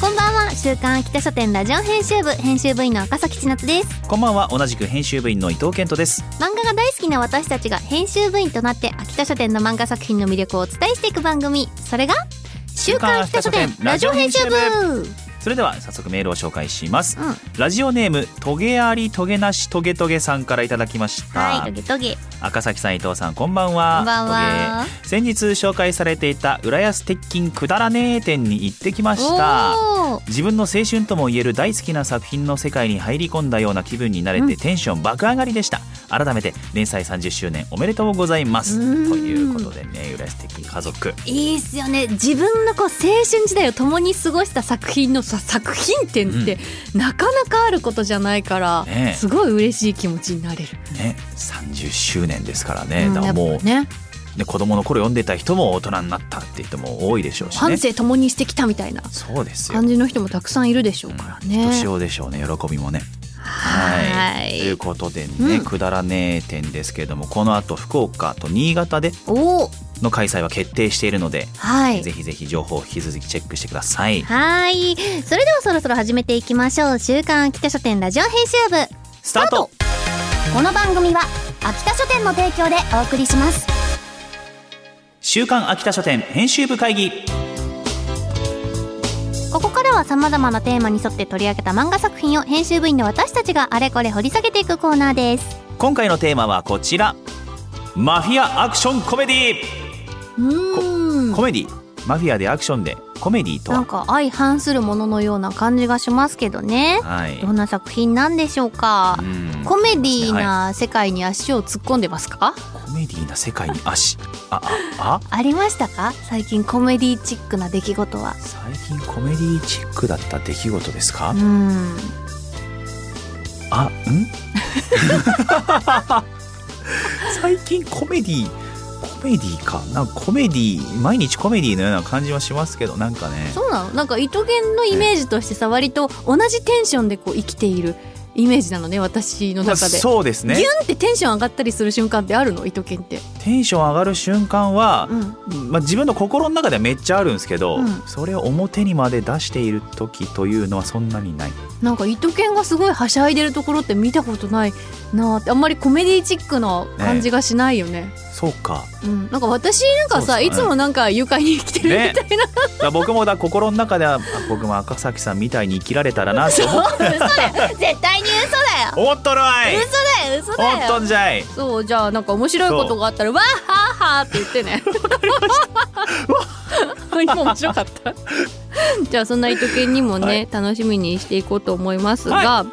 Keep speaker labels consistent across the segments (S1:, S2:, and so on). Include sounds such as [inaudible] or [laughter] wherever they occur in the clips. S1: こんばんは週刊秋田書店ラジオ編集部編集部員の赤崎千夏です
S2: こんばんは同じく編集部員の伊藤健人です
S1: 漫画が大好きな私たちが編集部員となって秋田書店の漫画作品の魅力をお伝えしていく番組それが週刊秋田書店ラジオ編集部
S2: それでは早速メールを紹介します、
S1: うん
S2: ラジオネームトゲありトゲなしトゲトゲさんからいただきました、
S1: はいトゲトゲ
S2: 赤崎さん伊藤さんこんばんは
S1: こんばんは
S2: トゲ先日紹介されていた浦安鉄筋くだらねえ店に行ってきました
S1: おー
S2: 自分の青春ともいえる大好きな作品の世界に入り込んだような気分になれて、
S1: うん
S2: テンション爆上がりでした改めて連載30周年おめでとうございます
S1: うーん
S2: ということでね浦安鉄筋家族
S1: いいっすよね自分のこう青春時代を共に過ごした作品のさ作品展って、なかなかあることじゃないから、
S2: ねえ
S1: すごい嬉しい気持ちになれる、
S2: ね30周年ですからね、
S1: うん
S2: だから
S1: や
S2: も
S1: っ
S2: う
S1: ぱ、ね
S2: ね、子供の頃読んでた人も大人になったって人も多いでしょうしね
S1: 半生共にしてきたみたいな
S2: そうですよ
S1: 感じの人もたくさんいるでしょうからね、
S2: 年をでしょうね喜びもね
S1: は
S2: と
S1: ー
S2: い
S1: いう
S2: ことでね、
S1: うん
S2: くだらねえ展ですけれどもこの後福岡と新潟で
S1: おー
S2: の開催は決定しているので、
S1: はい
S2: ぜひぜひ情報を引き続きチェックしてください
S1: はい。それではそろそろ始めていきましょう。週刊秋田書店ラジオ編集部。
S2: スタート
S1: この番組は秋田書店の提供でお送りします。
S2: 週刊秋田書店編集部会議
S1: ここからは様々なテーマに沿って取り上げた漫画作品を編集部員の私たちがあれこれ掘り下げていくコーナーです。
S2: 今回のテーマはこちらマフィアアクションコメディ
S1: うーん。
S2: コメディマフィアでアクションでコメディと
S1: な
S2: は
S1: んか相反するもののような感じがしますけどね。
S2: はい
S1: どんな作品なんでしょうか
S2: う。ん
S1: コメディーな世界に足を突っ込んでますか
S2: コメディな世界に足あああ
S1: ありましたか最近コメディチックな出来事は。
S2: 最近コメディチックだった出来事ですか、
S1: うん。
S2: あん [laughs] 最近コメディコメディかなんかコメディ毎日コメディのような感じはしますけどなんかね
S1: そうなのなんか糸源のイメージとしてさ割と同じテンションでこう生きているイメージなのね私の
S2: まあ
S1: 中で、
S2: そうですね
S1: ギュンってテンション上がったりする瞬間ってあるの糸源って、
S2: テンション上がる瞬間は
S1: う、ん、
S2: まあ、自分の心の中ではめっちゃあるんですけど、
S1: うん
S2: それを表にまで出している時というのはそんなにない
S1: なんか糸源がすごいはしゃいでるところって見たことないなーってあんまりコメディチックな感じがしないよね
S2: そうか
S1: うん、なんか私なんかさ、
S2: そう
S1: い
S2: です
S1: つ
S2: ね
S1: もなんか愉快に生きてるみたいな、
S2: だから僕もだから心の中ではあ僕も赤崎さんみたいに生きられたらなって思っ
S1: 嘘だよ [laughs] 絶対に嘘だよ
S2: 思っとるわい
S1: 嘘だよ嘘だ
S2: 思
S1: よ
S2: っとんじゃい
S1: そうじゃあなんか面白いことがあったら「わーはーはー」って言ってね。今面白かった。 [laughs] じゃあそんな糸犬にもね、
S2: はい
S1: 楽しみにしていこうと思いますが。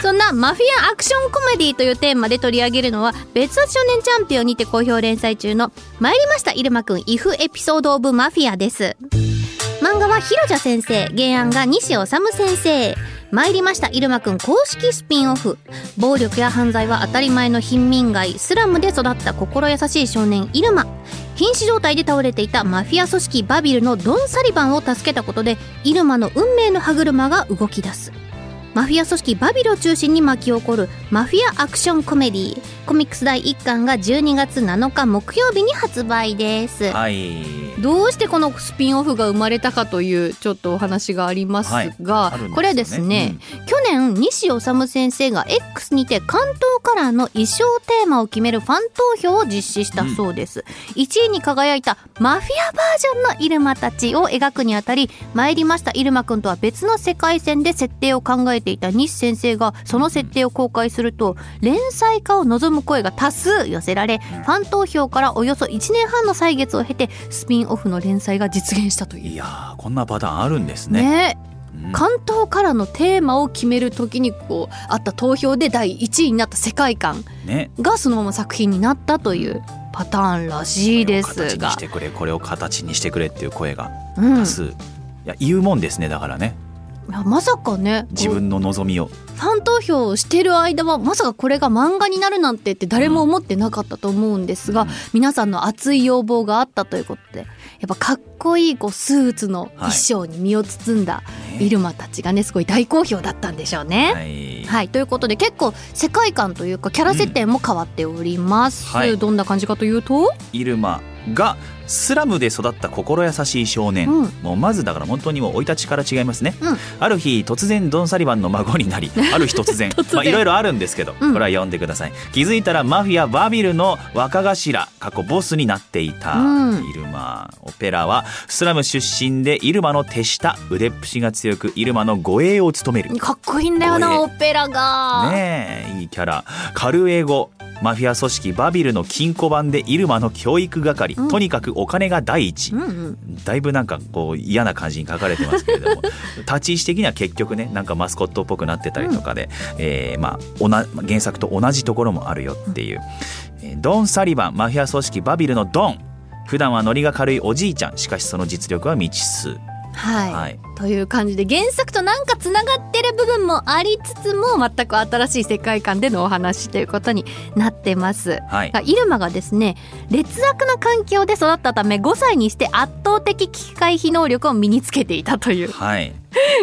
S1: そんなマフィアアクションコメディというテーマで取り上げるのは別冊少年チャンピオンにて好評連載中の参りました入間くん IF エピソードオブマフィアです漫画は広じゃ先生原案が西修先生参りました入間くん公式スピンオフ暴力や犯罪は当たり前の貧民街スラムで育った心優しい少年入間瀕死状態で倒れていたマフィア組織バビルのドン・サリバンを助けたことで入間の運命の歯車が動き出すマフィア組織バビルを中心に巻き起こるマフィアアクションコメディコミックス第1巻が12月7日木曜日に発売です
S2: はい
S1: どうしてこのスピンオフが生まれたかというちょっとお話がありますが、
S2: あるんですよね
S1: これはですね、去年西修先生が X にて関東カラーの衣装テーマを決めるファン投票を実施したそうです、1位に輝いたマフィアバージョンのイルマたちを描くにあたり参りましたイルマくんとは別の世界線で設定を考えていた西先生がその設定を公開すると連載化を望む声が多数寄せられファン投票からおよそ1年半の歳月を経てスピンオフの連載が実現したと
S2: うん
S1: い。
S2: いうやーこんなパターンあるんですね
S1: ねえ
S2: うん
S1: 関東からのテーマを決める時にこうあった投票で第1位になった世界観
S2: ね
S1: がそのまま作品になったというパターンらしいで
S2: これ
S1: す
S2: を形に
S1: が
S2: してくれこれを形にしてくれっていう声が
S1: うん
S2: 多数、いや言うもんですねだからね
S1: いやまさかね
S2: 自
S1: こ
S2: 分の望みを
S1: うファン投票をしてる間はまさかこれが漫画になるなんてって誰も思ってなかったと思うんですが、
S2: うん
S1: 皆さんの熱い要望があったということでやっぱかっこいいこうスーツの衣装に身を包んだ
S2: ね
S1: イルマたちがねすごい大好評だったんでしょうね。
S2: はい
S1: はい、ということで結構世界観というかキャラ設定も変わっております、
S2: うんはい
S1: どんな感じかというと、
S2: イルマがスラムで育った心優しい少年、
S1: うん
S2: もうまずだから本当にもう生い立ちから違いますね、
S1: うん
S2: ある日突然ドン・サリバンの孫にな
S1: [laughs]
S2: りある日突然
S1: 突然
S2: まあいろいろあるんですけど、
S1: うん
S2: これは読んでください気づいたらマフィアバビルの若頭過去ボスになっていた、
S1: うん
S2: イルマオペラはスラム出身でイルマの手下腕っぷしが強くイルマの護衛を務める
S1: かっこいいんだよ
S2: これ
S1: なオペラが、
S2: ねえいいキャラカルエゴマフィア組織バビルの金庫版でイルマの教育係、
S1: うん
S2: とにかくお金が第一、
S1: うんうん、
S2: だいぶなんかこう嫌な感じに書かれてますけれども [laughs] 立ち位置的には結局ねなんかマスコットっぽくなってたりとかで、えーまあ、おな原作と同じところもあるよっていう、えードン・サリバンマフィア組織バビルのドン普段はノリが軽いおじいちゃんしかしその実力は未知数、
S1: はい、
S2: はい
S1: という感じで原作となんかつながってる部分もありつつも全く新しい世界観でのお話ということになってます
S2: はい、
S1: イルマがですね劣悪な環境で育ったため5歳にして圧倒的機械非能力を身につけていたという
S2: はい、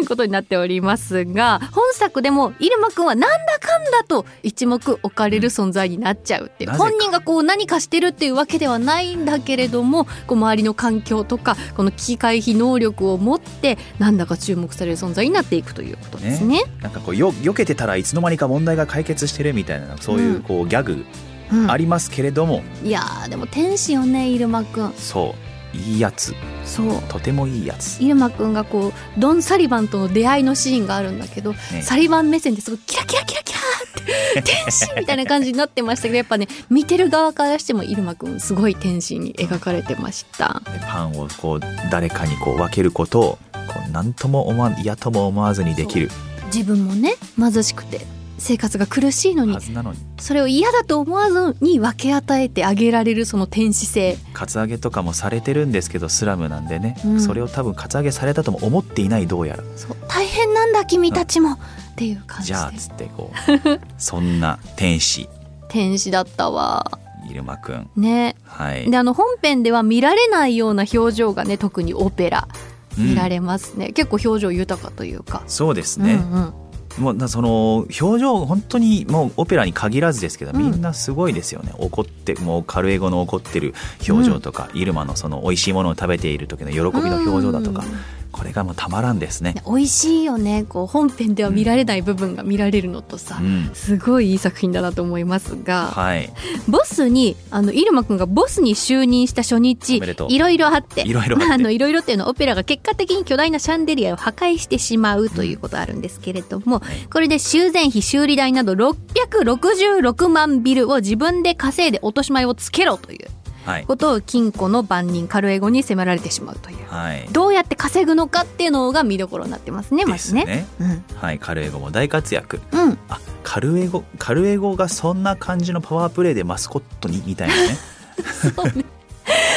S1: ことになっておりますが本作でも入間くんはなんだかんだと一目置かれる存在になっちゃうっていう
S2: なぜか
S1: 本人がこう何かしてるっていうわけではないんだけれどもこう周りの環境とかこの機械非能力を持ってなんだか注目される存在になっていくということですね。
S2: なんかこうよ避けてたらいつの間にか問題が解決してるみたいなそういうこうギャグ
S1: うん
S2: ありますけれども、
S1: いやーでも天使よね入間くん
S2: そういいやつ
S1: そう
S2: とてもいいやつ、
S1: 入間くんがこうドン・サリバンとの出会いのシーンがあるんだけど
S2: ね
S1: サリバン目線ですごいキラキラキラキラーって天使みたいな感じになってましたけどやっぱね見てる側からしても入間くんすごい天使に描かれてました
S2: パンをこう誰かにこう分けることをこう何とも思わ嫌とも思わずにできる
S1: 自分もね貧しくて生活が苦しいのに
S2: はずなのに
S1: それを嫌だと思わずに分け与えてあげられるその天使性
S2: カツアゲとかもされてるんですけどスラムなんでね、
S1: うん
S2: それを多分カツアゲされたとも思っていないどうやら
S1: そう大変なんだ君たちもっていう感じ
S2: じ
S1: で
S2: ゃあつってこう [laughs] そんな天使
S1: 天使だったわ
S2: 入間くん
S1: ね
S2: はい
S1: であの本編では見られないような表情がね特にオペラ見ら
S2: うん
S1: れますね、結構表情豊かというか。
S2: そうですね、
S1: うんうん
S2: もうなその表情本当にもうオペラに限らずですけど、
S1: うん
S2: みんなすごいですよね怒ってもうカルエゴの怒ってる表情とか、イルマのその美味しいものを食べている時の喜びの表情だとか、
S1: うん
S2: これがもうたまらんですね。
S1: 美味しいよねこう本編では見られない部分が見られるのとさ、
S2: うん、
S1: すごいいい作品だなと思いますが
S2: はい、
S1: ボスにあのイルマくんがボスに就任した初日
S2: おめでとう
S1: いろいろあって
S2: いろいろあって
S1: まあ、あのいろいろっていうのはオペラが結果的に巨大なシャンデリアを破壊してしまうということあるんですけれども、これで修繕費修理代など666万ビルを自分で稼いで落とし前をつけろという
S2: はい、
S1: ことを金庫の番人カルエゴに迫られてしまうという
S2: はい、
S1: どうやって稼ぐのかっていうのが見どころになってますねま
S2: で
S1: ず
S2: す
S1: ね
S2: ね。はい、カルエゴも大活躍。
S1: うん、うん、
S2: あ、カルエゴ、カルエゴがそんな感じのパワープレイでマスコットにみたいなね。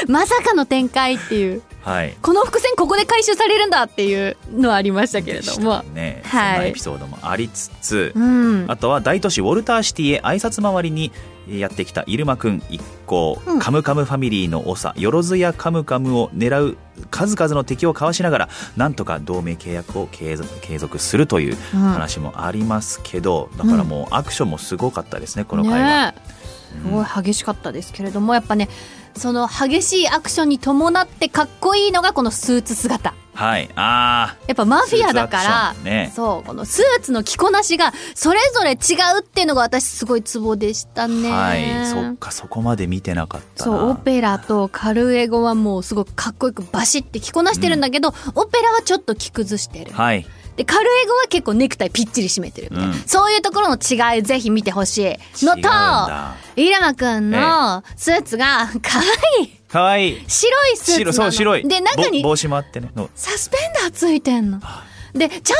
S1: まさかの展開っていう [laughs]
S2: はい。
S1: この伏線ここで回収されるんだっていうのはありましたけれども
S2: でしたね、
S1: はい
S2: そんなエピソードもありつつ、
S1: うん
S2: あとは大都市ウォルターシティへ挨拶回りにやってきたイルマくん一行、
S1: うん
S2: カムカムファミリーの長よろずやカムカムを狙う数々の敵をかわしながらなんとか同盟契約を継続継続するという
S1: うん
S2: 話もありますけど、だからもうアクションもすごかったですねこの回は、
S1: ねえ
S2: う
S1: す
S2: ん
S1: ごい激しかったですけれどもやっぱねその激しいアクションに伴ってかっこいいのがこのスーツ姿
S2: はいあ
S1: やっぱマ
S2: ー
S1: フィアだから
S2: スーツアクションね
S1: そうこのスーツの着こなしがそれぞれ違うっていうのが私すごいツボでしたね。
S2: はいそっかそこまで見てなかったな
S1: そうオペラとカルエゴはもうすごくかっこよくバシって着こなしてるんだけど、オペラはちょっと着崩してる、
S2: はい
S1: でカルエゴは結構ネクタイぴっちり締めてるみたいな、
S2: うん
S1: そういうところの違いぜひ見てほしいの
S2: 違うん
S1: と
S2: だ
S1: イラマくんのスーツがかわいい
S2: かわいい
S1: 白いスーツな
S2: 白
S1: の
S2: そう白い
S1: で中に
S2: ぼ帽子もあってねの
S1: サスペンダーついてんの
S2: あ
S1: でちゃんと腕通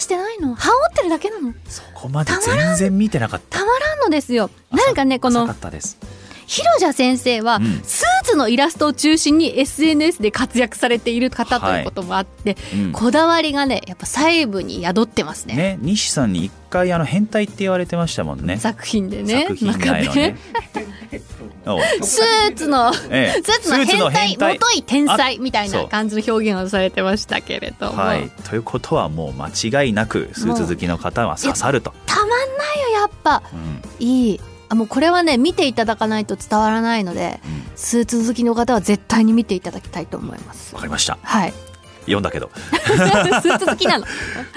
S1: してないの羽織ってるだけなの
S2: そこまで全然見てなかった
S1: たまらんのですよなんかねこ
S2: 浅
S1: の
S2: かったです。
S1: 広者先生は、
S2: うん
S1: スーツのイラストを中心に SNS で活躍されている方ということもあって、
S2: うん
S1: こだわりがねやっぱ細部に宿ってますね
S2: ね西さんに一回あの変態って言われてましたもんね
S1: 作品でね
S2: 作品内のね。 [laughs] おう
S1: 中でスーツの
S2: ええ
S1: スーツの変態もとい天才みたい
S2: そ
S1: な
S2: う
S1: 感じの表現をされてましたけれども、
S2: はい、ということはもう間違いなくスーツ好きの方は刺さると、
S1: たまんないよやっぱ
S2: うん
S1: いいあもうこれはね見ていただかないと伝わらないので
S2: うん
S1: スーツ好きの方は絶対に見ていただきたいと思います
S2: わかりました
S1: はい
S2: [laughs]
S1: [laughs]
S2: 読んだけど
S1: スーツ好きなの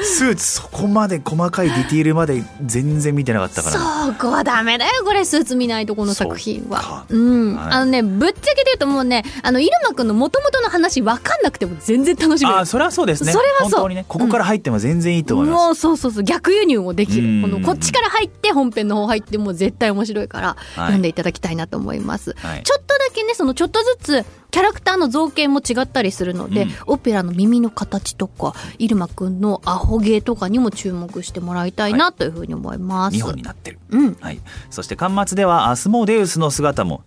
S2: スーツそこまで細かいディティールまで全然見てなかったから
S1: そうこはダメだよこれスーツ見ないとこの作品
S2: そう
S1: は
S2: か
S1: う、ん
S2: はい
S1: あのねぶっちゃけで言うともうねあの入間くんの元々の話分かんなくても全然楽しめる
S2: あーそれはそうですね
S1: それはそう
S2: 本当にねここから入っても全然いいと思います、
S1: もうそうそうそう逆輸入もでき
S2: うん
S1: るこのこっちから入って本編の方入ってもう絶対面白いから、
S2: はい
S1: 読んでいただきたいなと思います、
S2: はい
S1: ちょっとだけねそのちょっとずつキャラクターの造形も違ったりするので、
S2: うん
S1: オペラの耳の形とか入間くんのアホ毛とかにも注目してもらいたいなというふうに思います、
S2: 2本になってる、
S1: うん
S2: はい、そして巻末ではアスモデウスの姿も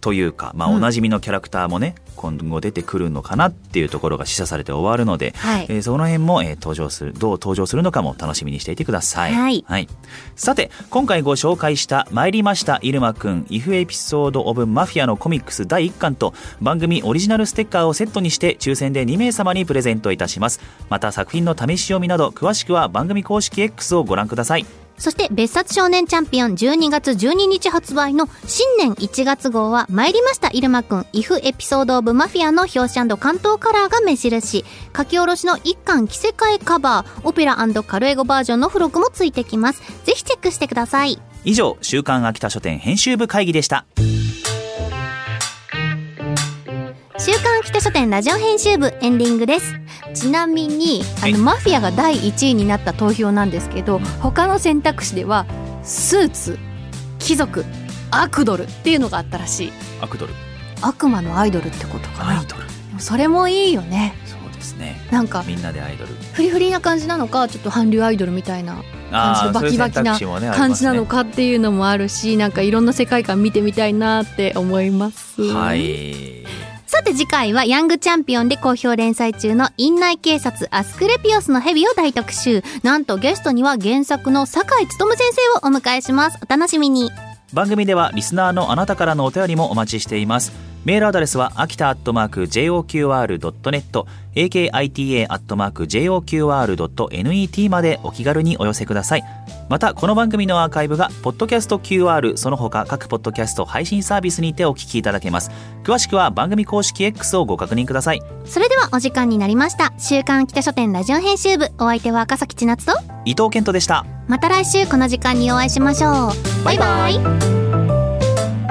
S2: というか、まあ、
S1: うん
S2: おなじみのキャラクターもね、今後出てくるのかなっていうところが示唆されて終わるので、
S1: はい
S2: えーその辺も、えー登場するどう登場するのかも楽しみにしていてください、
S1: はい
S2: さて今回ご紹介した「参りました入間くん IF エピソード・オブ・マフィア」のコミックス第1巻と番組オリジナルステッカーをセットにして抽選で2名様にプレゼントいたしますまた作品の試し読みなど詳しくは番組公式 X をご覧ください
S1: そして別冊少年チャンピオン12月12日発売の新年1月号は参りましたイルマくん if エピソードオブマフィアの表紙関東カラーが目印書き下ろしの一巻着せ替えカバーオペラカルエゴバージョンの付録もついてきますぜひチェックしてください
S2: 以上週刊秋田書店編集部会議でした
S1: 週刊秋田書店ラジオ編集部エンディングですちなみにあ
S2: い
S1: のマフィアが第1位になった投票なんですけど他の選択肢ではスーツ貴族アクドルっていうのがあったらしい
S2: アクドル
S1: 悪魔のアイドルってことかな
S2: ドル
S1: それもいいよね
S2: そうですね
S1: なんか
S2: みんなでアイドル
S1: フリフリな感じなのかちょっと韓流アイドルみたいな
S2: あー
S1: 感じのバキバキな
S2: そういう選択肢もねあり
S1: 感
S2: ま
S1: じ
S2: す
S1: な
S2: ね
S1: のかっていうのもあるしなんかいろんな世界観見てみたいなって思います、
S2: はい
S1: さて次回はヤングチャンピオンで好評連載中の院内警察アスクレピオスの蛇を大特集なんとゲストには原作の酒井勉先生をお迎えしますお楽しみに
S2: 番組ではリスナーのあなたからのお便りもお待ちしていますメールアドレスは秋田アットマーク JOQR.net akita アットマーク JOQR.net までお気軽にお寄せくださいまたこの番組のアーカイブがポッドキャスト QR その他各ポッドキャスト配信サービスにてお聞きいただけます詳しくは番組公式 X をご確認ください
S1: それではお時間になりました週刊北書店ラジオ編集部お相手は赤崎千夏と
S2: 伊藤健人でした
S1: また来週この時間にお会いしましょうバイバイ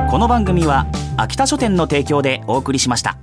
S2: この番組は秋田書店の提供でお送りしました